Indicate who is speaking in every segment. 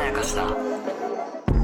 Speaker 1: やかしだ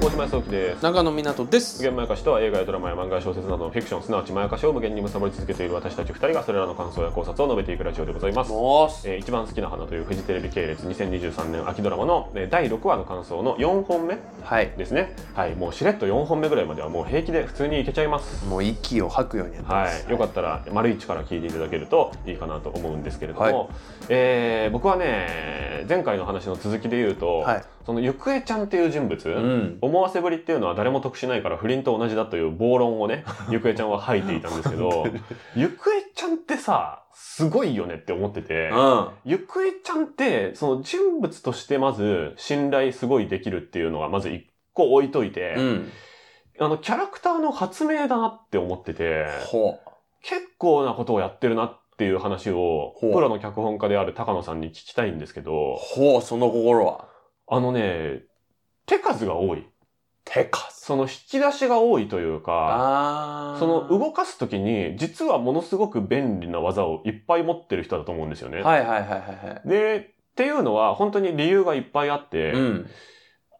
Speaker 2: 大島康之です
Speaker 3: 長野湊です
Speaker 2: 無限まやかしとは映画やドラマや漫画や小説などのフィクションすなわちまやかしを無限に貪り続けている私たち2人がそれらの感想や考察を述べていくラジオでございます、
Speaker 3: もし
Speaker 2: えー一番好きな花というフジテレビ系列2023年秋ドラマのえー第6話の感想の4本目
Speaker 3: はい
Speaker 2: ですねはいもうしれっと4本目ぐらいまではもう平気で普通にいけちゃいます
Speaker 3: もう息を吐くようにやってま
Speaker 2: は
Speaker 3: す、
Speaker 2: い、よかったら丸一から聞いていただけるといいかなと思うんですけれども、えー僕はね前回の話の続きで言うと、
Speaker 3: はい
Speaker 2: そのゆくえちゃんっていう人物、
Speaker 3: うん
Speaker 2: 思わせぶりっていうのは誰も得しないから不倫と同じだという暴論を ねゆくえちゃんは吐いていたんですけどゆくえちゃんってさすごいよねって思ってて。ゆくえちゃんって、その人物としてまず信頼すごいできるっていうのがまず一個置いといて、
Speaker 3: うんうん
Speaker 2: あのキャラクターの発明だなって思ってて、
Speaker 3: ほ
Speaker 2: 結構なことをやってるなっていう話を、
Speaker 3: ほう
Speaker 2: プロの脚本家である高野さんに聞きたいんですけ
Speaker 3: う
Speaker 2: ど、
Speaker 3: ほうその心は
Speaker 2: あのね、手数が多い。
Speaker 3: 手数
Speaker 2: その引き出しが多いというか、
Speaker 3: あー
Speaker 2: その動かすときに、実はものすごく便利な技をいっぱい持ってる人だと思うんですよね。
Speaker 3: はいはいはいはいはい
Speaker 2: で、っていうのは本当に理由がいっぱいあって、
Speaker 3: うん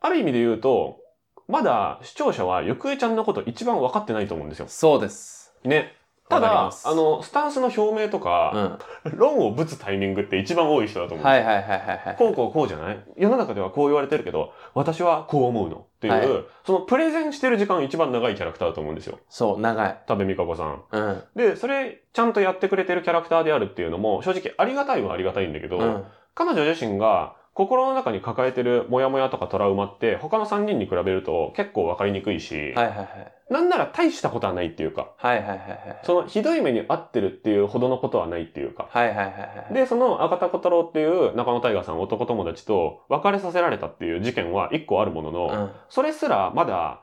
Speaker 2: ある意味で言うと、まだ視聴者はゆくえちゃんのこと一番分かってないと思うんですよ。
Speaker 3: そうです
Speaker 2: ね。た
Speaker 3: わかり
Speaker 2: だ
Speaker 3: ま、す
Speaker 2: あの、スタンスの表明と
Speaker 3: うん
Speaker 2: か、
Speaker 3: は
Speaker 2: 論をぶつタイミングって一番多い人だと思う
Speaker 3: い
Speaker 2: んですよ
Speaker 3: はいはいはいはい
Speaker 2: こうこうこうじゃない世の中ではこう言われてるけど、私はこう思うのっていう、
Speaker 3: は
Speaker 2: そのプレゼンしてる時間一番長いキャラクターだと思うんですよ。
Speaker 3: そう長い
Speaker 2: 多部未華子さん。
Speaker 3: うん
Speaker 2: で、それちゃんとやってくれてるキャラクターであるっていうのも、正直ありがたいはありがたいんだけど、
Speaker 3: うん
Speaker 2: 彼女自身が心の中に抱えてるモヤモヤとかトラウマって、他の3人に比べると結構わかりにくいし、
Speaker 3: はいはいはい
Speaker 2: なんなら大したことはないっていうか、
Speaker 3: はいはいはいはい
Speaker 2: そのひどい目に遭ってるっていうほどのことはないっていうか、
Speaker 3: はいはいはいはい
Speaker 2: で、その赤田小太郎っていう中野大河さん男友達と別れさせられたっていう事件は一個あるものの、それすらまだ、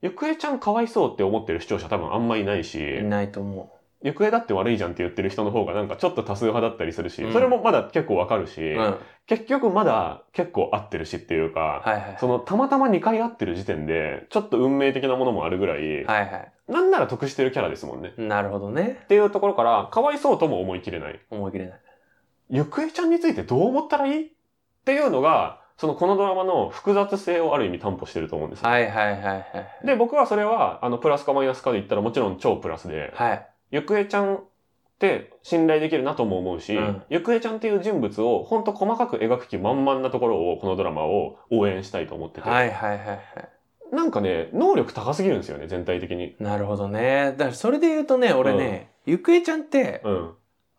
Speaker 2: ゆくえちゃんかわいそうって思ってる視聴者多分あんまいないし、
Speaker 3: うんいないと思
Speaker 2: ゆくえだって悪いじゃんって言ってる人の方がなんかちょっと多数派だったりするし、
Speaker 3: うん
Speaker 2: それもまだ結構わかるし、
Speaker 3: ううんはい
Speaker 2: 結局まだ結構合ってるしっていうか、
Speaker 3: はいはい
Speaker 2: そのたまたま2回合ってる時点で、ちょっと運命的なものもあるぐらい、
Speaker 3: はいは
Speaker 2: なんなら得してるキャラですもんね。
Speaker 3: いなるほどね
Speaker 2: っていうところから、かわいそうとも思い切れない。
Speaker 3: 思い切れない
Speaker 2: ゆくえちゃんについてどう思ったらいいっていうのが、そのこのドラマの複雑性をある意味担保してると思うんですよ。
Speaker 3: はいはいはいはい
Speaker 2: で、僕はそれは、あの、プラスかマイナスかで言ったらもちろん超プラスで、
Speaker 3: はい。
Speaker 2: ゆくえちゃんって信頼できるなとも思うし、
Speaker 3: うん
Speaker 2: ゆくえちゃんっていう人物をほんと細かく描く気満々なところを、このドラマを応援したいと思ってて、
Speaker 3: はいはいはいはい。
Speaker 2: なんかね、能力高すぎるんですよね、全体的に。
Speaker 3: なるほどね。だからそれで言うとね、俺ね、ゆくえちゃんって、
Speaker 2: うん。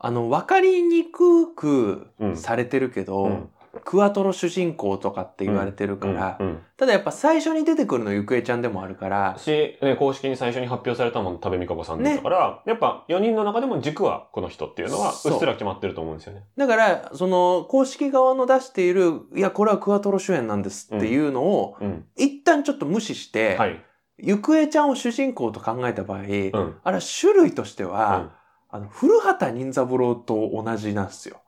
Speaker 3: あの、わかりにくく
Speaker 2: うん
Speaker 3: されてるけど、
Speaker 2: うん
Speaker 3: クワトロ主人公とかって言われてるから、
Speaker 2: うんうん
Speaker 3: ただやっぱ最初に出てくるのゆくえちゃんでもあるから、
Speaker 2: し、ね、公式に最初に発表されたもの、多部未華子さんだったから、やっぱ4人の中でも軸はこの人っていうのは、うっす
Speaker 3: そう
Speaker 2: ら決まってると思うんですよね。
Speaker 3: だから、その、公式側の出している、いや、これはクワトロ主演なんですっていうのを、
Speaker 2: うん。
Speaker 3: 一旦ちょっと無視して、
Speaker 2: はい。
Speaker 3: ゆくえちゃんを主人公と考えた場合、
Speaker 2: うん。
Speaker 3: あれは種類として
Speaker 2: う
Speaker 3: は
Speaker 2: ん、
Speaker 3: あの、古畑任三郎と同じなんですよ。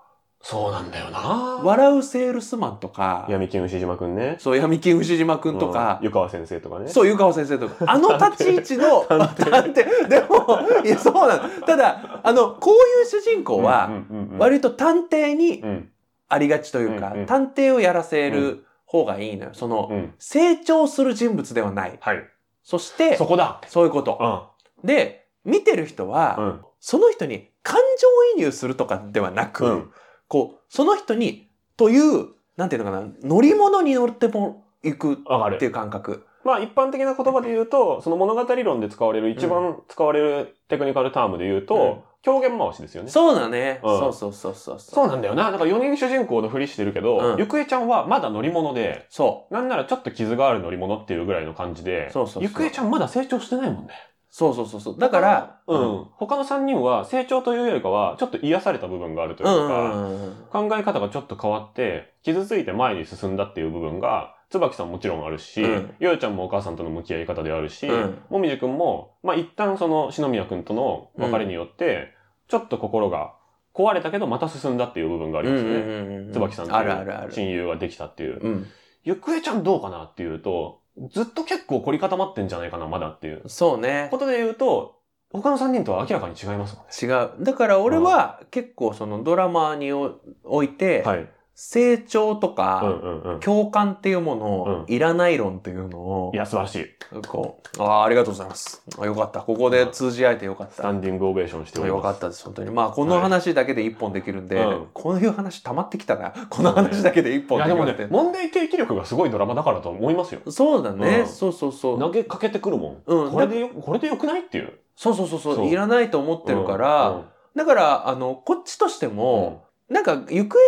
Speaker 2: そうなんだよな
Speaker 3: 笑うセールスマンとか、
Speaker 2: 闇金牛島くんね。
Speaker 3: そう、闇金牛島くんとか
Speaker 2: うん、湯川先生とかね。
Speaker 3: そう、湯川先生 とか、あの立ち位置の、
Speaker 2: 探偵
Speaker 3: 探偵、でも、いや、そうなの。ただ、あの、こういう主人公
Speaker 2: うん
Speaker 3: は、
Speaker 2: うんうんうん、
Speaker 3: 割と探偵に
Speaker 2: うん。
Speaker 3: ありがちというか
Speaker 2: うんうん、
Speaker 3: 探偵をやらせる方がいいのよ。その、
Speaker 2: うん。
Speaker 3: 成長する人物ではない。
Speaker 2: はい。
Speaker 3: そして
Speaker 2: そ、こだ
Speaker 3: そういうこと。
Speaker 2: う
Speaker 3: で、見てる人
Speaker 2: ん。う
Speaker 3: は、
Speaker 2: ん。
Speaker 3: その人に感情移入するとかではな
Speaker 2: う
Speaker 3: く
Speaker 2: ん、。
Speaker 3: こう、その人に、という、なんていうのかな、乗り物に乗っても行く
Speaker 2: わか
Speaker 3: って
Speaker 2: る。
Speaker 3: いう感覚。
Speaker 2: まあ一般的な言葉で言うと、その物語論で使われる、一番使われるテクニカルタームで言うと、狂言回しですよね。
Speaker 3: そうだね。
Speaker 2: うん
Speaker 3: そうそうそうそう。。
Speaker 2: そううなんだよな。なんか4人主人公のふりしてるけど、
Speaker 3: うん
Speaker 2: ゆくえちゃんはまだ乗り物で、
Speaker 3: そう。
Speaker 2: なんならちょっと傷がある乗り物っていうぐらいの感じで、
Speaker 3: そうそうそう
Speaker 2: ゆくえちゃんまだ成長してないもんね。
Speaker 3: そうそうそうそう。だから、
Speaker 2: うん。他の3人は成長というよりかは、ちょっと癒された部分があるというか、
Speaker 3: うんうんうんうん。
Speaker 2: 考え方がちょっと変わって、傷ついて前に進んだっていう部分が、椿さんもちろんあるし、
Speaker 3: うん
Speaker 2: ゆうちゃんもお母さんとの向き合い方であるし、
Speaker 3: うん
Speaker 2: もみじくんも、まあ、一旦その、篠宮くんとの別れによって、ちょっと心が壊れたけど、また進んだっていう部分があり
Speaker 3: うん
Speaker 2: ま
Speaker 3: う
Speaker 2: すよね。
Speaker 3: んうんうん。
Speaker 2: 椿さんと
Speaker 3: あるあるある。
Speaker 2: 親友ができたっていう。
Speaker 3: うん。
Speaker 2: ゆくえちゃんどうかなっていうと、ずっと結構凝り固まってんじゃないかな、まだっていう。
Speaker 3: そうね
Speaker 2: こ。とで言うと、他の3人とは明らかに違いますもんね。
Speaker 3: 違う。だから俺は結構そのドラマーにおおいて、
Speaker 2: はい。
Speaker 3: 成長と
Speaker 2: う
Speaker 3: か
Speaker 2: ん、うんうん。
Speaker 3: 共感っていうものを、
Speaker 2: う
Speaker 3: いらない論っていうのを
Speaker 2: い、や、素晴らしい。
Speaker 3: こう、ああ、ありがとうございます。あよかった。ここで通じ合えてよかっ
Speaker 2: スタ
Speaker 3: た。
Speaker 2: ンディングオベーションしており
Speaker 3: よか
Speaker 2: ま
Speaker 3: っ
Speaker 2: す。
Speaker 3: たです、本当に。まあ、この話だけで一本できるんで、
Speaker 2: はいうん
Speaker 3: こういう話溜まってきたな。この話だけで一
Speaker 2: い
Speaker 3: 本
Speaker 2: や、
Speaker 3: で
Speaker 2: で
Speaker 3: き
Speaker 2: も
Speaker 3: るって
Speaker 2: ね、。問題提起力がすごいドラマだからと思いますよ。
Speaker 3: そうだね、
Speaker 2: うん
Speaker 3: そうそうそう。
Speaker 2: 投げかけてくるもん。
Speaker 3: うん
Speaker 2: これでよ、これでよくないっていう。
Speaker 3: そうそうそうそう
Speaker 2: そう
Speaker 3: いらないと思ってるから、だから、あの、こっちとして
Speaker 2: うん、
Speaker 3: も、なんか、ゆくえ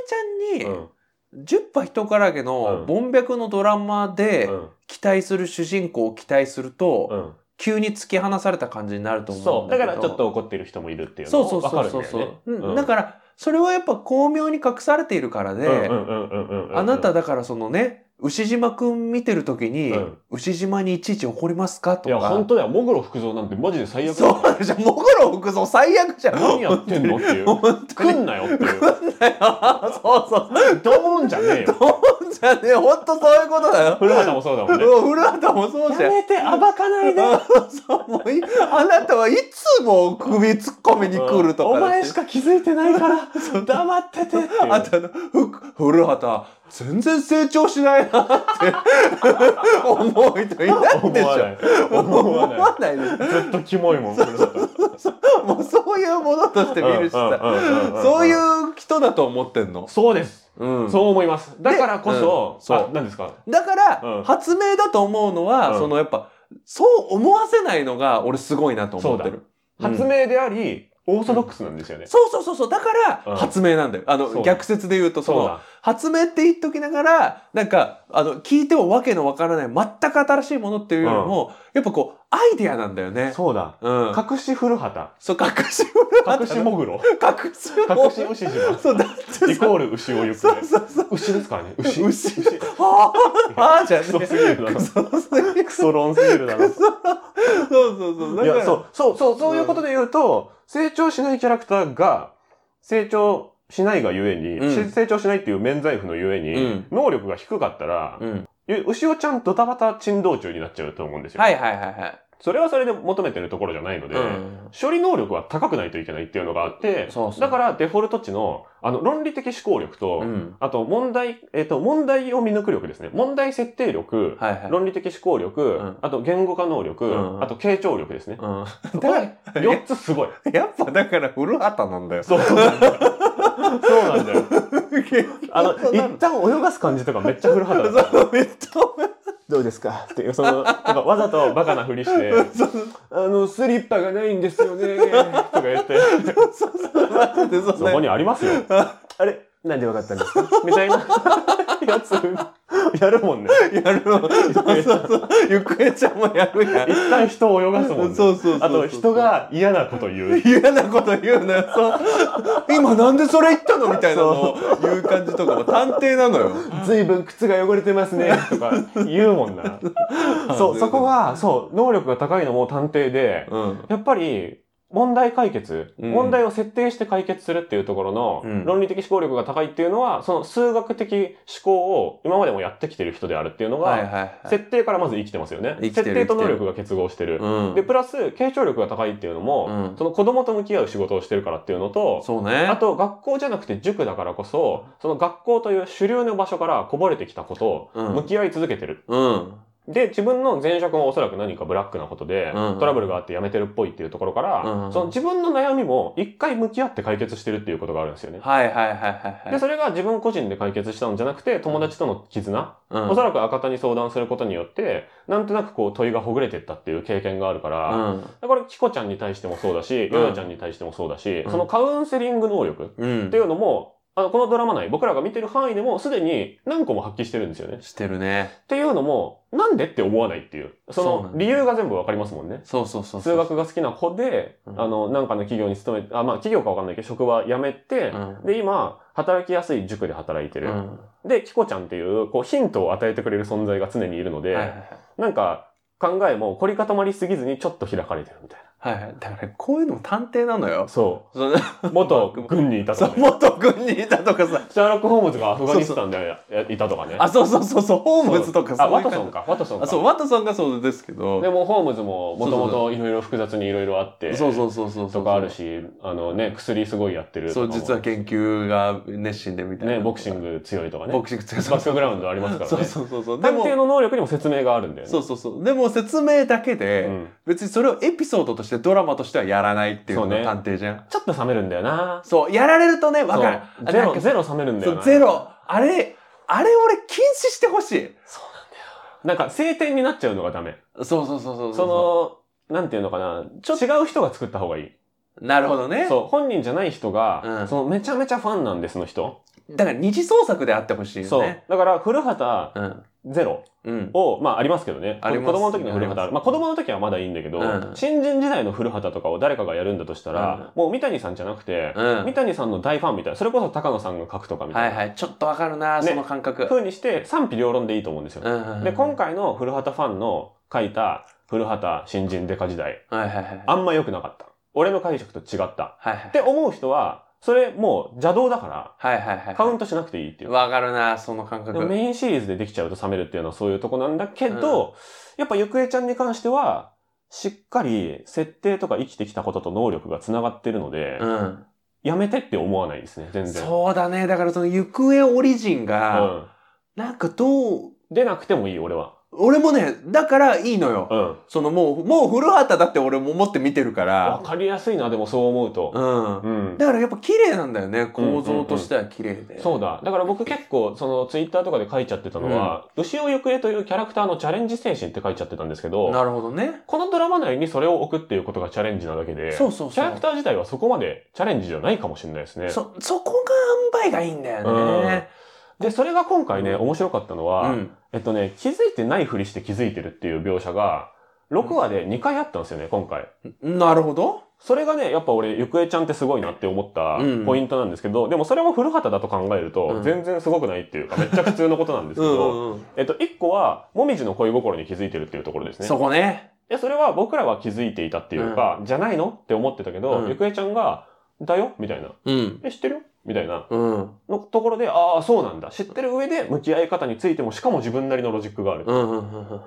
Speaker 2: う
Speaker 3: ちゃ
Speaker 2: ん、
Speaker 3: ん
Speaker 2: う
Speaker 3: に、
Speaker 2: ん
Speaker 3: 十波人からげの、
Speaker 2: う
Speaker 3: ボンビャクのドラマで
Speaker 2: う、ん
Speaker 3: 期待する主人公を期待すると、
Speaker 2: うん
Speaker 3: 急に突き放された感じになると思
Speaker 2: そうう。
Speaker 3: ん
Speaker 2: だ
Speaker 3: だけ
Speaker 2: か
Speaker 3: ど。
Speaker 2: らちょっと怒ってる人もいるっていうの
Speaker 3: そう
Speaker 2: も
Speaker 3: そう
Speaker 2: わ
Speaker 3: そ
Speaker 2: かるん
Speaker 3: う
Speaker 2: だ
Speaker 3: そ
Speaker 2: よ
Speaker 3: う
Speaker 2: ね。
Speaker 3: そう、うん
Speaker 2: うん
Speaker 3: だから、それはやっぱ巧妙に隠されているからで、
Speaker 2: うんうんうんうんうんうん
Speaker 3: あなただからそのね、牛島くん見てる時に、
Speaker 2: うん
Speaker 3: 牛島にいちいち怒りますかと
Speaker 2: い
Speaker 3: か。
Speaker 2: や、本当だよ。もぐろ福蔵なんてマジで最悪だよ
Speaker 3: そうでしょ。もぐろ服装最悪じゃん。
Speaker 2: 何やってんのっていう。
Speaker 3: 本当
Speaker 2: 来
Speaker 3: に。
Speaker 2: んなよっていう。
Speaker 3: そうそう。
Speaker 2: ドーンじゃねえよ。
Speaker 3: そうじゃねえ、ほんとそういうことだよ。
Speaker 2: 古畑もそうだもんね。
Speaker 3: うん古畑もそうじゃん。
Speaker 2: て、暴かな
Speaker 3: うんそうもういあなたはいつも首突っ込みに来るとかだし
Speaker 2: か気づいてないから、黙っててっていう
Speaker 3: あとあの、ふ古畑、全然成長しないなって思う人いないでし
Speaker 2: 思わな
Speaker 3: ょ。
Speaker 2: い。思わない。
Speaker 3: ないでし
Speaker 2: ずっとキモいもん、古畑。
Speaker 3: ょ。もうそういうものとして見るしさ、
Speaker 2: うんうんうんうんうん
Speaker 3: そういう人だと思ってんの。
Speaker 2: そうです。
Speaker 3: うん
Speaker 2: そう思います。だからこ
Speaker 3: うん
Speaker 2: そ、
Speaker 3: そう
Speaker 2: あ、何ですか
Speaker 3: だから、
Speaker 2: うん
Speaker 3: 発明だと思うのは、
Speaker 2: うん
Speaker 3: そのやっぱ、そう思わせないのが俺すごいなと思ってる。うん
Speaker 2: 発明であり、オーソドックスなんですよね。
Speaker 3: そうそうそうそう。だか
Speaker 2: う
Speaker 3: ら、
Speaker 2: ん
Speaker 3: 発明なんだよ。あ
Speaker 2: そうだ
Speaker 3: の、逆説で言うと、
Speaker 2: そ
Speaker 3: そ
Speaker 2: う
Speaker 3: の、
Speaker 2: だ。
Speaker 3: 発明って言っときながら、なんか、あの、聞いてもわけのわからない、全く新しいものっていうよりも、やっぱこう、アイディアなんだよね。
Speaker 2: そうだ。
Speaker 3: うん。
Speaker 2: 隠し古畑。
Speaker 3: そう、隠し、
Speaker 2: 隠しもぐ ろ。
Speaker 3: 隠し、
Speaker 2: 隠し牛島。
Speaker 3: そう、だってさ
Speaker 2: イコール牛をゆく
Speaker 3: そ
Speaker 2: ね
Speaker 3: う。そうそう。
Speaker 2: 牛ですからね。牛。
Speaker 3: 牛あーあー、じゃね
Speaker 2: クソすぎるな
Speaker 3: クソすぎる
Speaker 2: クソ論すぎるだろ。
Speaker 3: そうそうそう。だ
Speaker 2: い
Speaker 3: から
Speaker 2: や、そう、そう、そう、そういうことで言うと、成長しないキャラクターが、成長しないがゆえに、
Speaker 3: うん
Speaker 2: し成長しないっていう免罪符のゆえに、
Speaker 3: うん
Speaker 2: 能力が低かったら、
Speaker 3: うん。
Speaker 2: う牛尾ちゃんドタバタ珍道中になっちゃうと思うんですよ。
Speaker 3: はいはいはいはい。
Speaker 2: それはそれで求めてるところじゃないので、
Speaker 3: うん。
Speaker 2: 処理能力は高くないといけないっていうのがあって、
Speaker 3: そうそう
Speaker 2: だからデフォルト値の、あの、論理的思考力と、
Speaker 3: うん。
Speaker 2: あと問題、えっ、と、問題を見抜く力ですね。問題設定力、
Speaker 3: はいはい。
Speaker 2: 論理的思考力、
Speaker 3: ん
Speaker 2: あと言語化能力、
Speaker 3: うん
Speaker 2: あと傾聴力ですね。
Speaker 3: うん。
Speaker 2: これ4つ すごい。
Speaker 3: やっぱだから古畑なんだよ。
Speaker 2: そうなんだよ。そうなんだよ。あの、
Speaker 3: そうなの
Speaker 2: 一旦泳がす感じとかめっちゃ古畑だった。
Speaker 3: そうめっちゃ
Speaker 2: どうですかっていう、その、なんかわざとバカなふり して、あの、スリッパがないんですよねとか言って、
Speaker 3: 待ってそう
Speaker 2: そこにありますよ。 あれなんでわかったんですかみたいなやつ、やるもんね。
Speaker 3: やるの。そうそうそう。ゆくえちゃんもやるやん。
Speaker 2: 一旦人を泳がすもんね。
Speaker 3: そうそうそうそう
Speaker 2: あと、人が嫌なこと言う。
Speaker 3: 嫌なこと言うなよ。そう。今なんでそれ言ったのみたいなのを言う感じとかも探偵なのよ。
Speaker 2: ずいぶん靴が汚れてますねとか言うもんなそうそこがそう能力が高いのも探偵で
Speaker 3: うん。
Speaker 2: やっぱり問題解決、
Speaker 3: うん
Speaker 2: 問題を設定して解決するっていうところの
Speaker 3: うん
Speaker 2: 論理的思考力が高いっていうのはその数学的思考を今までもやってきてる人であるっていうのが、
Speaker 3: はいはいはい。
Speaker 2: 設定からまず生きてますよね
Speaker 3: 生きてる
Speaker 2: 設定と
Speaker 3: 生き
Speaker 2: 能
Speaker 3: てる
Speaker 2: 力が結合してる、
Speaker 3: うん
Speaker 2: でプラス傾聴力が高いっていうのも、
Speaker 3: うん
Speaker 2: その子供と向き合う仕事をしてるからっていうのと
Speaker 3: そう
Speaker 2: あ
Speaker 3: ね。
Speaker 2: と学校じゃなくて塾だからこそ、その学校という主流の場所からこぼれてきたこと
Speaker 3: う
Speaker 2: を向
Speaker 3: ん。
Speaker 2: き合い続けてる。
Speaker 3: うん。
Speaker 2: で、自分の前職もおそらく何かブラックなことで、
Speaker 3: うん
Speaker 2: トラブルがあって辞めてるっぽいっていうところから、
Speaker 3: うん
Speaker 2: その自分の悩みも一回向き合って解決してるっていうことがあるんですよね。
Speaker 3: はいはいはいはいは
Speaker 2: で、
Speaker 3: い。
Speaker 2: それが自分個人で解決したのじゃなくて、友達との絆、
Speaker 3: うん
Speaker 2: おそらく赤田に相談することによって、なんとなくこう問いがほぐれてったっていう経験があるから、これ、キコちゃんに対してもそうだし、
Speaker 3: うん
Speaker 2: ヨヨちゃんに対してもそうだし、
Speaker 3: うん
Speaker 2: そのカウンセリング能力、
Speaker 3: うん。う
Speaker 2: っ
Speaker 3: ん
Speaker 2: てい。うのも、あの、このドラマ内、僕らが見てる範囲でも、すでに何個も発揮してるんですよね。
Speaker 3: してるね。
Speaker 2: っていうのも、なんでって思わないっていう。そ
Speaker 3: そうな
Speaker 2: の
Speaker 3: ん、だ
Speaker 2: 理由が全部わかりますもんね。
Speaker 3: そうそうそう。
Speaker 2: 数。学が好きな子で、
Speaker 3: うん
Speaker 2: あの、なんかの企業に勤めて、あ、まあ、企業かわかんないけど、職場辞めて、
Speaker 3: うん
Speaker 2: で、今、働きやすい塾で働いて
Speaker 3: う
Speaker 2: る。
Speaker 3: ん。
Speaker 2: で、キコちゃんっていう、こう、ヒントを与えてくれる存在が常にいるので、
Speaker 3: はいはいはい
Speaker 2: なんか、考えも凝り固まりすぎずにちょっと開かれてるみたいな。
Speaker 3: はいはい。だから、こういうのも探偵なのよ。
Speaker 2: そ
Speaker 3: その
Speaker 2: う。元軍にいたと
Speaker 3: そう
Speaker 2: か、ね。
Speaker 3: 元軍にいたとかさ。
Speaker 2: シャーロック・ホームズがアフガニスタンでややいたとかね。
Speaker 3: あ、そうそうそうそう、ホームズとか
Speaker 2: あ、
Speaker 3: そうい
Speaker 2: ワ
Speaker 3: う
Speaker 2: ト
Speaker 3: 感じ
Speaker 2: ソンか。ワトソンか。
Speaker 3: あ、そう、ワトソンがそうですけど。
Speaker 2: でも、ホームズももと
Speaker 3: そ
Speaker 2: も
Speaker 3: うそ
Speaker 2: といろいろ複雑にいろいろあって、
Speaker 3: そうそうそうそうそ
Speaker 2: と
Speaker 3: う。
Speaker 2: かあるし、あのね、薬すごいやってると
Speaker 3: そ
Speaker 2: か
Speaker 3: う、
Speaker 2: も
Speaker 3: 実は研究が熱心でみたいな。
Speaker 2: ね、ボクシング強いとかね。
Speaker 3: ボクシング強い。
Speaker 2: バックグラウンドありますからね。
Speaker 3: そうそうそうそう。で
Speaker 2: 探
Speaker 3: も
Speaker 2: 偵、の能力にも説明があるんだよね。
Speaker 3: そうそうそう。でも説明だけで、
Speaker 2: うん
Speaker 3: 別にそれをエピソードとしてドラマとしてはやらないっていうの
Speaker 2: そう
Speaker 3: が
Speaker 2: ね
Speaker 3: 探偵じゃん。
Speaker 2: ちょっと冷めるんだよな。
Speaker 3: そう,、やられるとね、わかる。
Speaker 2: そう
Speaker 3: あ
Speaker 2: ゼ
Speaker 3: なん
Speaker 2: ロ、
Speaker 3: か
Speaker 2: ゼロ冷めるんだよ
Speaker 3: そう
Speaker 2: な。
Speaker 3: ゼ。ロ。あれ、あれ俺禁止してほしい。
Speaker 2: なんか晴天になっちゃうのがダメ。
Speaker 3: そうそうそうそう。
Speaker 2: そ、の、なんていうのかな。ちょっと違う人が作った方がいい。
Speaker 3: なるほどね。
Speaker 2: そう、本人じゃない人が、
Speaker 3: うん
Speaker 2: そのめちゃめちゃファンなんですの人。
Speaker 3: だから二次創作であってほしい
Speaker 2: そ
Speaker 3: よ
Speaker 2: う
Speaker 3: ね。。
Speaker 2: だから、古畑
Speaker 3: うん。
Speaker 2: ゼロ
Speaker 3: うん。
Speaker 2: を、まあありますけどね。
Speaker 3: あります
Speaker 2: 子供の時の古畑。
Speaker 3: あ
Speaker 2: ま
Speaker 3: りま
Speaker 2: あ
Speaker 3: す
Speaker 2: 子供の時はまだいいんだけど、
Speaker 3: うん
Speaker 2: 新人時代の古畑とかを誰かがやるんだとしたら、もう三谷さんじゃなくて、
Speaker 3: うん
Speaker 2: 三谷さんの大ファンみたいな、それこそ高野さんが書くとかみたい
Speaker 3: は
Speaker 2: な。
Speaker 3: いはい。ちょっとわかるな、
Speaker 2: ね
Speaker 3: その感覚。
Speaker 2: 風にして賛否両論でいいと思うんですよ。
Speaker 3: うんうんうん
Speaker 2: で、今回の古畑ファンの書いた古畑新人デカ時代、
Speaker 3: はいはいはい。
Speaker 2: あんま良くなかった。俺の解釈と違った。
Speaker 3: はいはい
Speaker 2: って思う人は、それもう邪道だか
Speaker 3: はいはいはいは
Speaker 2: ら、
Speaker 3: い。
Speaker 2: カウントしなくていいっていう。
Speaker 3: わかるな、その感
Speaker 2: で
Speaker 3: 覚。
Speaker 2: もメインシリーズでできちゃうと冷めるっていうのはそういうとこなんだけど、やっぱゆくえちゃんに関しては、しっかり設定とか生きてきたことと能力が繋がってるので、
Speaker 3: うん。
Speaker 2: やめてって思わないですね、全然。
Speaker 3: そうだね。だからその行方オリジンが、
Speaker 2: うん
Speaker 3: なんかどう、
Speaker 2: 出なくてもいい、俺は。
Speaker 3: 俺もね、だからいいのよ。
Speaker 2: うん。
Speaker 3: そのもう、もう古畑だって俺も思って見てるか
Speaker 2: わ
Speaker 3: ら。
Speaker 2: かりやすいな、でもそう思うと。
Speaker 3: うん。
Speaker 2: うん。
Speaker 3: だからやっぱ綺麗なんだよね。構造としては綺麗で。
Speaker 2: そうだ。だから僕結構、そのツイッターとかで書いちゃってたのは、牛尾ゆくえというキャラクターのチャレンジ精神って書いちゃってたんですけど、
Speaker 3: なるほどね。
Speaker 2: このドラマ内にそれを置くっていうことがチャレンジなだけで、
Speaker 3: そうそうそう。
Speaker 2: キャラクター自体はそこまでチャレンジじゃないかもしれないですね。
Speaker 3: そ、そこが塩梅がいいんだよね。
Speaker 2: で、それが今回ね、面白かったの
Speaker 3: う
Speaker 2: は、
Speaker 3: ん。
Speaker 2: えっとね、気づいてないふりして気づいてるっていう描写が、6話で2回あったんですよね、今回。
Speaker 3: なるほど。
Speaker 2: それがね、やっぱ俺、ゆくえちゃんってすごいなって思った
Speaker 3: うん
Speaker 2: ポイントなんですけど、でもそれも古畑だと考える
Speaker 3: う
Speaker 2: と
Speaker 3: ん、
Speaker 2: 全然すごくないっていうか、めっちゃ普通のことなんですけど、
Speaker 3: うん。
Speaker 2: えっと、一個は、もみじの恋心に気づいてるっていうところですね。
Speaker 3: そこね。
Speaker 2: で、それは僕らは気づいていたっていうか、じゃないのって思ってたけど、
Speaker 3: うん
Speaker 2: ゆくえちゃんが、だよみたいな。
Speaker 3: うん。
Speaker 2: え、知ってるよみたいな。
Speaker 3: うん。
Speaker 2: のところで、ああ、そうなんだ。知ってる上で向き合い方についても、しかも自分なりのロジックがある。
Speaker 3: うんうんうんうんう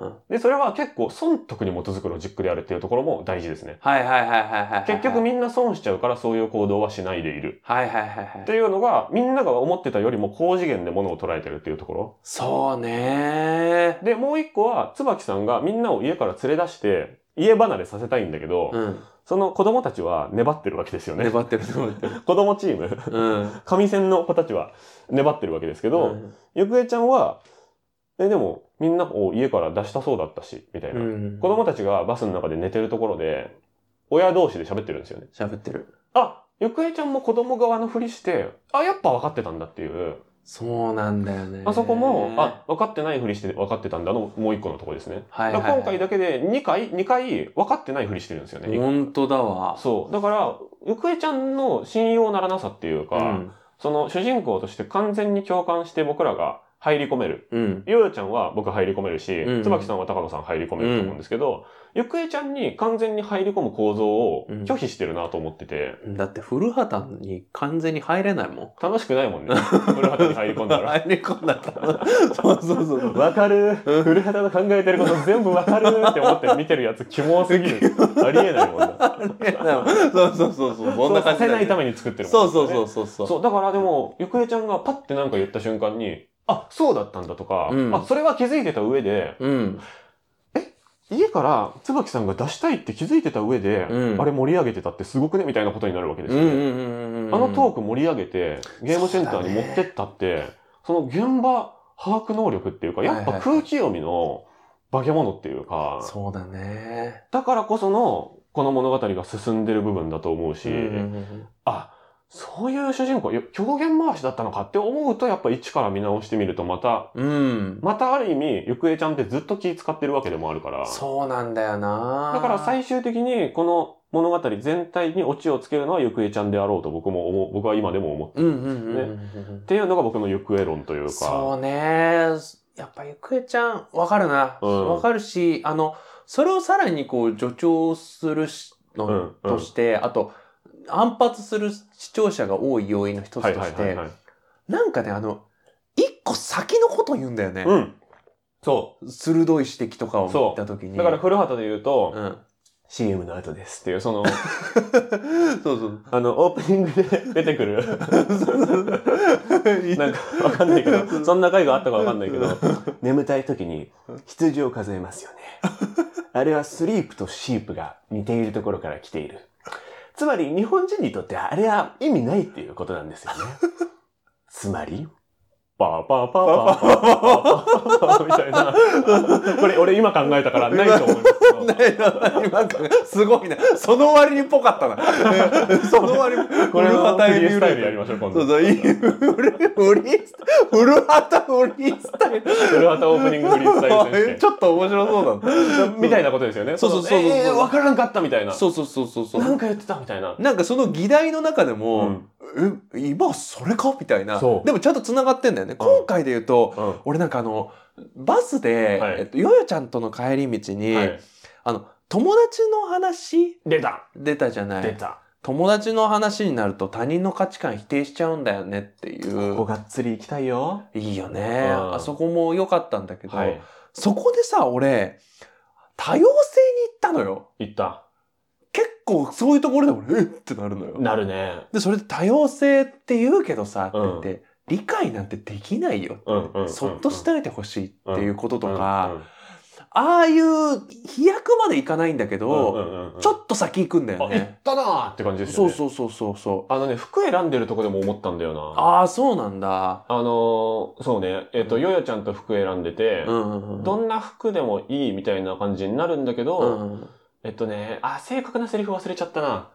Speaker 3: ん。
Speaker 2: で、それは結構損得に基づくロジックであるっていうところも大事ですね。
Speaker 3: はいはいはいはいはい。
Speaker 2: 結局みんな損しちゃうからそういう行動はしないでいる。
Speaker 3: はいはいはいはい
Speaker 2: って。いうのが、みんなが思ってたよりも高次元で物を捉えてるっていうところ。
Speaker 3: そうね
Speaker 2: で、もう一個は、椿さんがみんなを家から連れ出して、家離れさせたいんだけど、
Speaker 3: うん。
Speaker 2: その子供たちは粘ってるわけですよね。
Speaker 3: 粘ってると思 ってる。
Speaker 2: 子供チーム、
Speaker 3: うん。
Speaker 2: 上線の子たちは粘ってるわけですけ
Speaker 3: う
Speaker 2: ど、
Speaker 3: ん
Speaker 2: ゆくえちゃんは、え、でも、みんなを家から出したそうだったし、みたいな。
Speaker 3: うん。
Speaker 2: 子供たちがバスの中で寝てるところで、親同士で喋ってるんですよね。
Speaker 3: 喋ってる。
Speaker 2: あ、ゆくえちゃんも子供側のふりして、あ、やっぱ分かってたんだっていう。
Speaker 3: そうなんだよね。
Speaker 2: あそこも、あ、、分かってないふりして分かってたんだの、もう一個のところですね。
Speaker 3: はい
Speaker 2: だ
Speaker 3: はい
Speaker 2: から
Speaker 3: はい。
Speaker 2: 今回だけで2回、2回分かってないふりしてるんですよね。
Speaker 3: 本当だわ。
Speaker 2: そう。だから、ゆくえちゃんの信用ならなさっていうか、
Speaker 3: うん。
Speaker 2: その主人公として完全に共感して僕らが入り込める。
Speaker 3: うん。
Speaker 2: ゆうやちゃんは僕入り込めるし、
Speaker 3: うん
Speaker 2: 椿さんは高野さん入り込めると思うんですけど、ゆくえちゃんに完全に入り込む構造を拒否してるなと思ってて、
Speaker 3: だって古畑に完全に入れないもん。
Speaker 2: 楽しくないもんね。古畑に入り込んだ ら。
Speaker 3: 入り込んだら。そうそうそう。
Speaker 2: わかる古畑の考えてること全部わかるって思って見てるやつ、キモすぎる。ありえないもんな。
Speaker 3: そうそうそうそう。そん
Speaker 2: そう
Speaker 3: な感じ
Speaker 2: させな
Speaker 3: だ
Speaker 2: いた
Speaker 3: よね。
Speaker 2: めに作ってるも
Speaker 3: そ
Speaker 2: ん
Speaker 3: うそうそううそうそ。
Speaker 2: そうう。だからでも、ゆくえちゃんがパッてなんか言った瞬間に、あ、そうだったんだとか、
Speaker 3: うん
Speaker 2: あ、それは気づいてた上で、
Speaker 3: うん。
Speaker 2: 家から椿さんが出したいって気づいてた上で、
Speaker 3: うん
Speaker 2: あれ盛り上げてたってすごくねみたいなことになるわけです
Speaker 3: うんう
Speaker 2: よね、
Speaker 3: んうんうん。
Speaker 2: あのトーク盛り上げてゲームセンターに持ってったってそ,、の現場把握能力っていうかやっぱ
Speaker 3: はいはい
Speaker 2: 空気読みの化け物っていうか、
Speaker 3: そうだね。
Speaker 2: だからこそのこの物語が進んでる部分だと思うし、
Speaker 3: うんうんうん
Speaker 2: あそういう主人公いや狂言回しだったのかって思うとやっぱ一から見直してみるとまた
Speaker 3: うん。
Speaker 2: またある意味ゆくえちゃんってずっと気使ってるわけでもあるから。
Speaker 3: そうなんだよな
Speaker 2: だから最終的にこの物語全体にオチをつけるのはゆくえちゃんであろうと僕も思う、僕は今でも思って
Speaker 3: う
Speaker 2: る。
Speaker 3: ん
Speaker 2: っ
Speaker 3: うんうんうんうん
Speaker 2: ていうのが僕のゆくえ論という
Speaker 3: そ
Speaker 2: か。
Speaker 3: うねやっぱゆくえちゃんわかるな
Speaker 2: うん
Speaker 3: わ、かるしあのそれをさらにこう助長するしの
Speaker 2: うんうん
Speaker 3: として、あと、反発する視聴者が多い要因の一つと
Speaker 2: は
Speaker 3: し
Speaker 2: い
Speaker 3: て、
Speaker 2: はいはいはい。
Speaker 3: なんかね、あの、一個先のこと言うんだよね。
Speaker 2: うん。そ
Speaker 3: 鋭い指摘とかを
Speaker 2: そう
Speaker 3: 見たとき
Speaker 2: う。
Speaker 3: に。
Speaker 2: だから、古畑で言うと、
Speaker 3: うん
Speaker 2: CM の後ですっていう、その、
Speaker 3: そうそう。
Speaker 2: あの、オープニングで出てくる、なんかわかんないけど、そんな回があったかわかんないけど、眠たい時に羊を数えますよね。あれはスリープとシープが似ているところから来ている。つまり日本人にとってはあれは意味ないっていうことなんですよね。つまり、パーパーパーパーパーパーパーみたいな。これ俺今考えたからないと思いますけど。
Speaker 3: なんかすごいね。その割にぽかったな。その割に、
Speaker 2: これ
Speaker 3: 古
Speaker 2: は
Speaker 3: 畑
Speaker 2: フリースタイル
Speaker 3: ル
Speaker 2: やりましょう、今
Speaker 3: そ
Speaker 2: 度
Speaker 3: う。そう、いい、フル、フリースタイル、フルハタフリースタイル。
Speaker 2: 古畑オープニングフリースタイル選手権
Speaker 3: ちょっと面白そうだな。
Speaker 2: みたいなことですよね。
Speaker 3: そうそうそうそう
Speaker 2: のえーわからんかったみたいな。
Speaker 3: そうそうそうそうそ
Speaker 2: なん
Speaker 3: う。
Speaker 2: か言ってたみたいな。
Speaker 3: なんかその議題の中でも、
Speaker 2: ん。
Speaker 3: え、今それかみたいな。
Speaker 2: そう
Speaker 3: でもちゃんと繋がってんだよね。今回で言うと、俺なんかあの、バスで、
Speaker 2: はい
Speaker 3: えっと、ヨヨちゃんとの帰り道に、
Speaker 2: はい
Speaker 3: あの、友達の話
Speaker 2: 出た
Speaker 3: 出たじゃな
Speaker 2: 出
Speaker 3: い。
Speaker 2: た。
Speaker 3: 友達の話になると他人の価値観否定しちゃうんだよねっていう。
Speaker 2: がっつり行きたいよ。
Speaker 3: いいよね。
Speaker 2: うん
Speaker 3: あそこも良かったんだけど、
Speaker 2: はい。
Speaker 3: そこでさ、俺、多様性に行ったのよ。
Speaker 2: 行った。
Speaker 3: 結構そういうところでも、えっってなるのよ。
Speaker 2: なるね。
Speaker 3: で、それで多様性って言うけどさ、って
Speaker 2: うん
Speaker 3: 言って、理解なんてできないよ。
Speaker 2: うんうんうん。
Speaker 3: そっとしてあげてほしいっていうことと
Speaker 2: うんう
Speaker 3: か、
Speaker 2: ん
Speaker 3: ああいう飛躍までいかないんだけ
Speaker 2: う
Speaker 3: ど、
Speaker 2: んうんうん
Speaker 3: ちょっと先行くんだよ
Speaker 2: あ、行っ
Speaker 3: ね。
Speaker 2: たなーって感じですよ
Speaker 3: そ
Speaker 2: ね。
Speaker 3: う
Speaker 2: う。
Speaker 3: そうそうそうそう。
Speaker 2: あのね、服選んでるとこでも思ったんだよな。
Speaker 3: ああ、そうなんだ。
Speaker 2: あのー、そうね。えっと、
Speaker 3: うん
Speaker 2: ヨヨちゃんと服選んでて
Speaker 3: う、んうんうん。
Speaker 2: どんな服でもいいみたいな感じになるんだけ
Speaker 3: う
Speaker 2: ど、
Speaker 3: んうん
Speaker 2: えっとね、あ、正確なセリフ忘れちゃったな。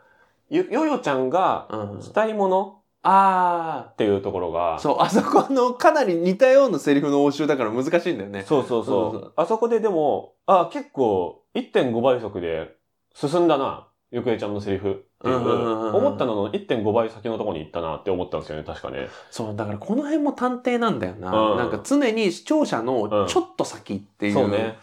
Speaker 2: よヨヨちゃんが、
Speaker 3: うん。あ
Speaker 2: したいもの
Speaker 3: あー。
Speaker 2: っていうところが、
Speaker 3: そう、あそこのかなり似たようなセリフの応酬だから難しいんだよね。
Speaker 2: そうそうそう。
Speaker 3: そうそう
Speaker 2: あそこででも、あ、結構1.5倍速で進んだな。ゆくえちゃんのセリフっていう。
Speaker 3: うんうんうんうん
Speaker 2: 思ったのの1.5倍先のところに行ったなって思ったんですよね、確かね。
Speaker 3: そう、だからこの辺も探偵なんだよな。
Speaker 2: うん
Speaker 3: なんか常に視聴者
Speaker 2: うん
Speaker 3: のちょっと先っていう。
Speaker 2: そうね。。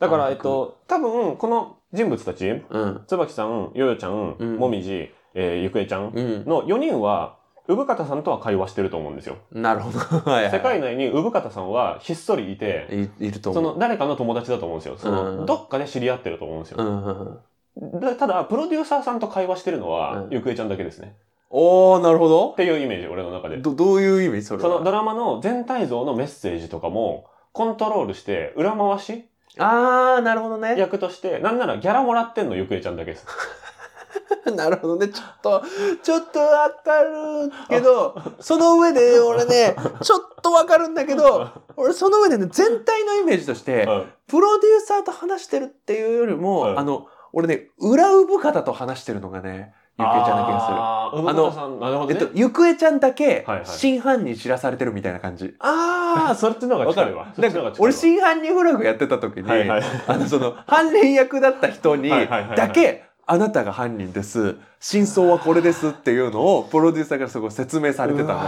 Speaker 2: だから、
Speaker 3: あ
Speaker 2: えっと、多分、この人物たち、
Speaker 3: うん。
Speaker 2: つばきさん、よよちゃん、
Speaker 3: うん
Speaker 2: もみじ、えーゆくえちゃん
Speaker 3: うん。
Speaker 2: の4人は、産方さんとは会話してると思うんですよ。
Speaker 3: なるほど。 はいはい
Speaker 2: 世界内に産方さんはひっそりいて、
Speaker 3: いいると
Speaker 2: そ
Speaker 3: 思う。
Speaker 2: の誰かの友達だと思うんですよ。その、
Speaker 3: うん
Speaker 2: どっかで知り合ってると思うんですよ。
Speaker 3: うんうんうん。
Speaker 2: だただ、プロデューサーさんと会話してるのは、
Speaker 3: うん
Speaker 2: ゆくえちゃんだけですね。
Speaker 3: おー、なるほど
Speaker 2: っ。ていうイメージ、俺の中で。
Speaker 3: ど、どういう意味それ
Speaker 2: そ
Speaker 3: は
Speaker 2: のドラマの全体像のメッセージとかも、コントロールして、裏回し
Speaker 3: あー、なるほどね。
Speaker 2: 役として、なんならギャラもらってんの、ゆくえちゃんだけです。
Speaker 3: なるほどね。ちょっと、ちょっとわかるけど、 その上で俺ね、ちょっとわかるんだ けど、俺その上でね、全体のイメージとして、プロデューサーと話してるっていうよりも、
Speaker 2: うん
Speaker 3: あの、俺ね、裏産方と話してるのがね、ゆくえちゃんな気がする。
Speaker 2: あー、
Speaker 3: あ
Speaker 2: 産
Speaker 3: の
Speaker 2: 方さん、なるほど
Speaker 3: えっ
Speaker 2: ね。
Speaker 3: と、ゆくえちゃんだけ
Speaker 2: はいはい、
Speaker 3: 真犯人知らされてるみたいな感じ。
Speaker 2: あー、そっちの方が近いわ。そ
Speaker 3: な
Speaker 2: っ
Speaker 3: ん
Speaker 2: ちの方が
Speaker 3: か
Speaker 2: 近いわ
Speaker 3: 俺、真犯人フラグやってた時に、
Speaker 2: はいはい。
Speaker 3: あの、その、犯人役だった人に、
Speaker 2: はいはいはいはい
Speaker 3: だけ、あなたが犯人です。真相はこれですっていうのを、プロデューサーからすごい説明されてた
Speaker 2: う
Speaker 3: の。
Speaker 2: わ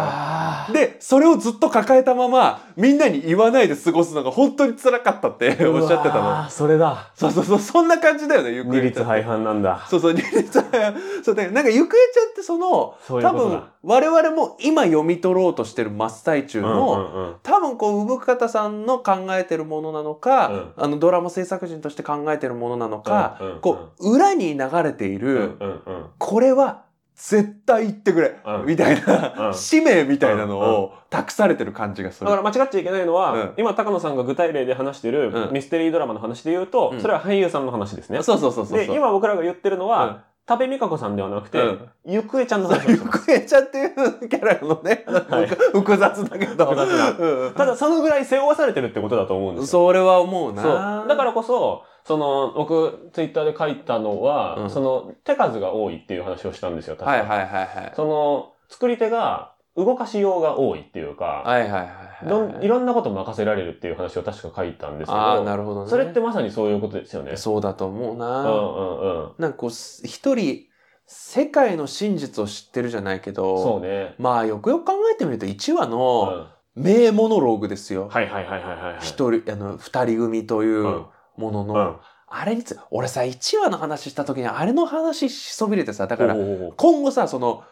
Speaker 2: ー
Speaker 3: で、それをずっと抱えたまま、みんなに言わないで過ごすのが本当に辛かったって おっしゃってた
Speaker 2: う
Speaker 3: の。
Speaker 2: わーそれだ。
Speaker 3: そうそうそう、そんな感じだよね、ゆく
Speaker 2: 二
Speaker 3: え
Speaker 2: 律
Speaker 3: ちゃん。
Speaker 2: 背反なんだ。
Speaker 3: そうそう、二律背反そうだよなんかゆくえちゃんってその、
Speaker 2: そういう
Speaker 3: 多
Speaker 2: こと
Speaker 3: 分
Speaker 2: だ。
Speaker 3: 我々も今読み取ろうとしてる真っ最中
Speaker 2: 多
Speaker 3: の、
Speaker 2: うんうんうん
Speaker 3: 多分こう産方さんの考えてるものなのか、あのドラマ制作人として考えてるものなのか、
Speaker 2: うんうんうん
Speaker 3: こう裏に流れている、
Speaker 2: うんうんうん
Speaker 3: これは絶対言ってくれ、
Speaker 2: うん
Speaker 3: みたいな、
Speaker 2: うん
Speaker 3: 使命みたいなのを託されてる感じがす
Speaker 2: だから
Speaker 3: る。
Speaker 2: 間違っちゃいけないのは、
Speaker 3: うん
Speaker 2: 今高野さんが具体例で話してる
Speaker 3: うん
Speaker 2: ミステリードラマの話で言うと、
Speaker 3: うん
Speaker 2: それは俳優さんの話ですね。
Speaker 3: そうそうそうそうそう。
Speaker 2: で、今僕らが言ってるの
Speaker 3: うん
Speaker 2: は、多部未華子さんではなくて、
Speaker 3: うん
Speaker 2: ゆくえちゃんの話を
Speaker 3: ゆ
Speaker 2: してます
Speaker 3: くえちゃんっていうキャラのね、
Speaker 2: はい
Speaker 3: 複雑だけど、
Speaker 2: 複雑な
Speaker 3: うん
Speaker 2: ただそのぐらい背負わされてるってことだと思うんですよ。
Speaker 3: それは思うな。
Speaker 2: そうだからこそ、その、僕、ツイッターで書いたのは、
Speaker 3: うん
Speaker 2: その、手数が多いっていう話をしたんですよ、確か
Speaker 3: はいはいはいはい。
Speaker 2: その、作り手が、動かしようが多いっていうか、
Speaker 3: はいはいはいはい。
Speaker 2: どんいろんなこと任せられるっていう話を確か書いたんですけ
Speaker 3: ああ、
Speaker 2: ど、
Speaker 3: なるほどね。
Speaker 2: それってまさにそういうことですよね。
Speaker 3: そうだと思う
Speaker 2: う
Speaker 3: な。
Speaker 2: んうんうん。
Speaker 3: なんかこう、す一人、世界の真実を知ってるじゃないけど、
Speaker 2: そうね。
Speaker 3: まあ、よくよく考えてみると、1話
Speaker 2: うん
Speaker 3: の
Speaker 2: は
Speaker 3: 名モノローグですよ。
Speaker 2: いはいはいはいはいはい。
Speaker 3: 一人、あの、二人組という、
Speaker 2: うん
Speaker 3: ものの、
Speaker 2: うん。
Speaker 3: あれにつ俺さ1話の話した時にあれの話しそびれてさ
Speaker 2: だ
Speaker 3: だから今後さその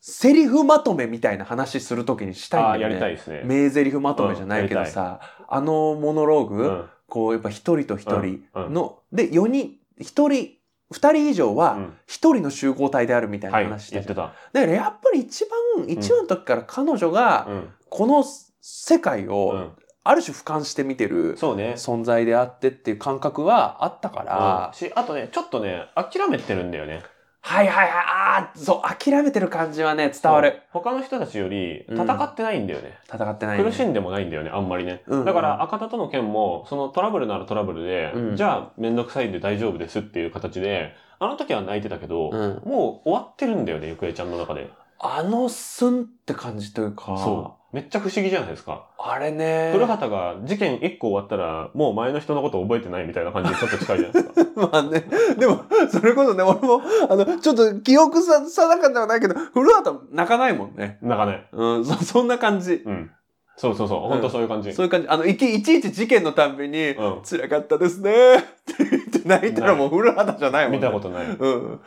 Speaker 3: セリフまとめみたいな話する時にしたいん
Speaker 2: あ
Speaker 3: だ
Speaker 2: あ、や
Speaker 3: よね
Speaker 2: りたいですね。
Speaker 3: 名台詞まとめじゃないけどさ、あのモノローグ、
Speaker 2: うん
Speaker 3: こうやっぱ一人と一人
Speaker 2: うん
Speaker 3: の、で4人一人二人以上
Speaker 2: う
Speaker 3: は
Speaker 2: ん
Speaker 3: 一人の集合体であるみたいな
Speaker 2: はい、
Speaker 3: 話して
Speaker 2: 言ってた。
Speaker 3: だからやっぱり一番一話の時から彼女が
Speaker 2: うん
Speaker 3: この世界
Speaker 2: う
Speaker 3: を
Speaker 2: ん
Speaker 3: ある種俯瞰して見てる
Speaker 2: そうね。
Speaker 3: 存在であってっていう感覚はあったから、
Speaker 2: うんし、あとね、ちょっとね、諦めてるんだよね。
Speaker 3: はいはいはいああそう諦めてる感じはね伝わる
Speaker 2: そう。他の人たちより
Speaker 3: うん
Speaker 2: 戦ってないんだよね。
Speaker 3: 戦ってない、ね、
Speaker 2: 苦しんでもないんだよね、あんまりね。
Speaker 3: うんうん
Speaker 2: だから、赤田との件も、そのトラブルならトラブルで、
Speaker 3: うん
Speaker 2: じゃあ、めんどくさいんで大丈夫ですっていう形で、あの時は泣いてたけど、
Speaker 3: うん
Speaker 2: もう終わってるんだよね、ゆくえちゃんの中で。
Speaker 3: あのスンって感じというか
Speaker 2: そう。めっちゃ不思議じゃないですか。
Speaker 3: あれね
Speaker 2: 古畑が事件1個終わったら、もう前の人のこと覚えてないみたいな感じでちょっと近いじゃないです か。
Speaker 3: まあね、でも、それこそね、俺も、あの、ちょっと記憶さ、さなかではないけど、古畑泣かないもんね。
Speaker 2: 泣かない。
Speaker 3: うん、そ、そんな感じ。
Speaker 2: うん。そうそうそう。ほんとそういう感じ。
Speaker 3: そういう感じ。あの、いき、いちいち事件のたんびに、
Speaker 2: うん。
Speaker 3: 辛かったですね。って言って泣いたらもう古畑じゃないもん、ね。
Speaker 2: 見たことない。
Speaker 3: と。うん。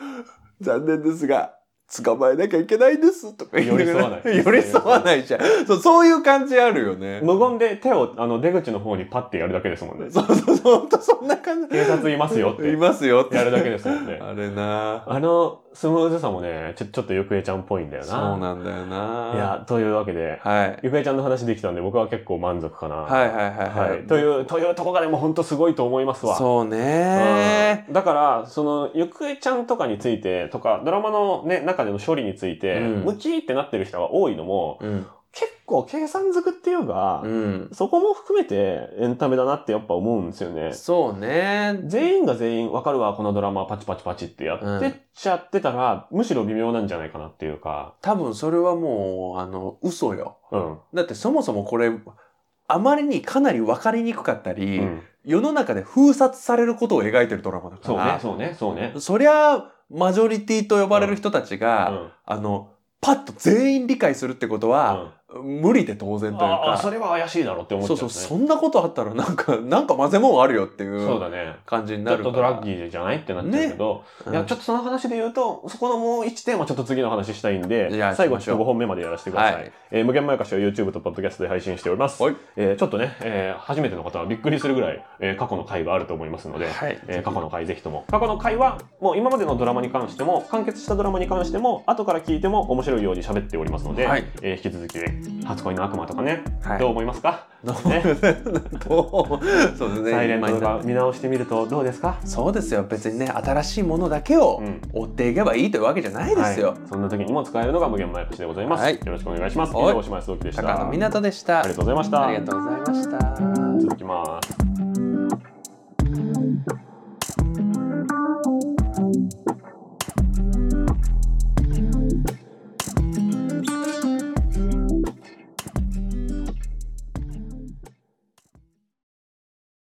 Speaker 3: 残念ですが、捕まえなきゃいけないです。とか言いながら。
Speaker 2: 寄り添わない
Speaker 3: 寄り添わないじゃん。そう、そういう感じあるよね。
Speaker 2: 無言で手を、あの、出口の方にパッてやるだけですもんね。
Speaker 3: そうそうそう、ほんとそんな感じ。
Speaker 2: 警察いますよって
Speaker 3: いますよって。
Speaker 2: やるだけですもんね。
Speaker 3: あれな
Speaker 2: あのスムーズさもね、ちょちょっとゆくえちゃんっぽいんだよな。
Speaker 3: そうなんだよない
Speaker 2: や、というわけで、
Speaker 3: はい。
Speaker 2: ゆくえちゃんの話できたんで、僕は結構満足かな。
Speaker 3: はいはいはい
Speaker 2: は
Speaker 3: はいい。
Speaker 2: という、というとこがでも本当すごいと思いますわ。
Speaker 3: そうね
Speaker 2: うんだから、その、ゆくえちゃんとかについて、とか、ドラマのね、中での処理について、
Speaker 3: うん
Speaker 2: ムキーってなってる人が多いのも、
Speaker 3: うん。
Speaker 2: 結構計算づくっていうか、
Speaker 3: うん。
Speaker 2: そこも含めてエンタメだなってやっぱ思うんですよね。
Speaker 3: そうね
Speaker 2: 全員が全員わかるわ、このドラマパチパチパチってやってっちゃってたら、むしろ微妙なんじゃないかなっていうか。
Speaker 3: 多分それはもう、あの、嘘よ。
Speaker 2: うん。
Speaker 3: だってそもそもこれ、あまりにかなり分かりにくかったり、
Speaker 2: うん
Speaker 3: 世の中で封殺されることを描いてるドラマだか
Speaker 2: そうね
Speaker 3: ら、、
Speaker 2: そうね、そうね。
Speaker 3: そりゃ、マジョリティと呼ばれる人たち
Speaker 2: うん
Speaker 3: が、あの、パッと全員理解するってことは、
Speaker 2: あ
Speaker 3: 無理で当然という
Speaker 2: あ、そ
Speaker 3: か、
Speaker 2: れは怪しいだろうって思っち
Speaker 3: そ
Speaker 2: ゃう、
Speaker 3: う
Speaker 2: ね。
Speaker 3: そう、そんなことあったらなんか、なんか混ぜ物あるよってい
Speaker 2: そう
Speaker 3: う
Speaker 2: だね。
Speaker 3: 感じに
Speaker 2: ちょ
Speaker 3: な
Speaker 2: っ
Speaker 3: る
Speaker 2: と
Speaker 3: か
Speaker 2: ド
Speaker 3: ら。
Speaker 2: ラッキーじゃないってなっちゃうけど、
Speaker 3: うん
Speaker 2: いや、ちょっとその話で言うと、そこのもう1テーマちょっと次の話したいんで
Speaker 3: いや、
Speaker 2: 最後
Speaker 3: しましょう
Speaker 2: 5本目までやらせてください。
Speaker 3: はい
Speaker 2: えー無限まやかしを YouTube と Podcast で配信しております。
Speaker 3: はい
Speaker 2: えーちょっとね、えー初めての方はびっくりするぐらい、えー過去の回があると思いますので、
Speaker 3: はい
Speaker 2: えー過去の回ぜひとも。過去の回は、もう今までのドラマに関しても、完結したドラマに関しても、後から聞いても面白いように喋っておりますので、
Speaker 3: はい
Speaker 2: えー引き続き、初恋の悪魔とかね、
Speaker 3: はい
Speaker 2: どう思いますか、
Speaker 3: どう
Speaker 2: ね
Speaker 3: どう そうですね。
Speaker 2: サイレントと
Speaker 3: 今
Speaker 2: か見直してみるとどうですか
Speaker 3: そうですよ。別にね、新しいものだけを
Speaker 2: うん
Speaker 3: 追っていけばいいというわけじゃないですよ。
Speaker 2: はい、そんな時にも使えるのが無限前橋でございます、
Speaker 3: はい
Speaker 2: よろしくお願いします以
Speaker 3: はい
Speaker 2: 上おしまいすどきでした
Speaker 3: 高野湊でした。
Speaker 2: ありがとうございました
Speaker 3: ありがとうございました。
Speaker 2: 続きます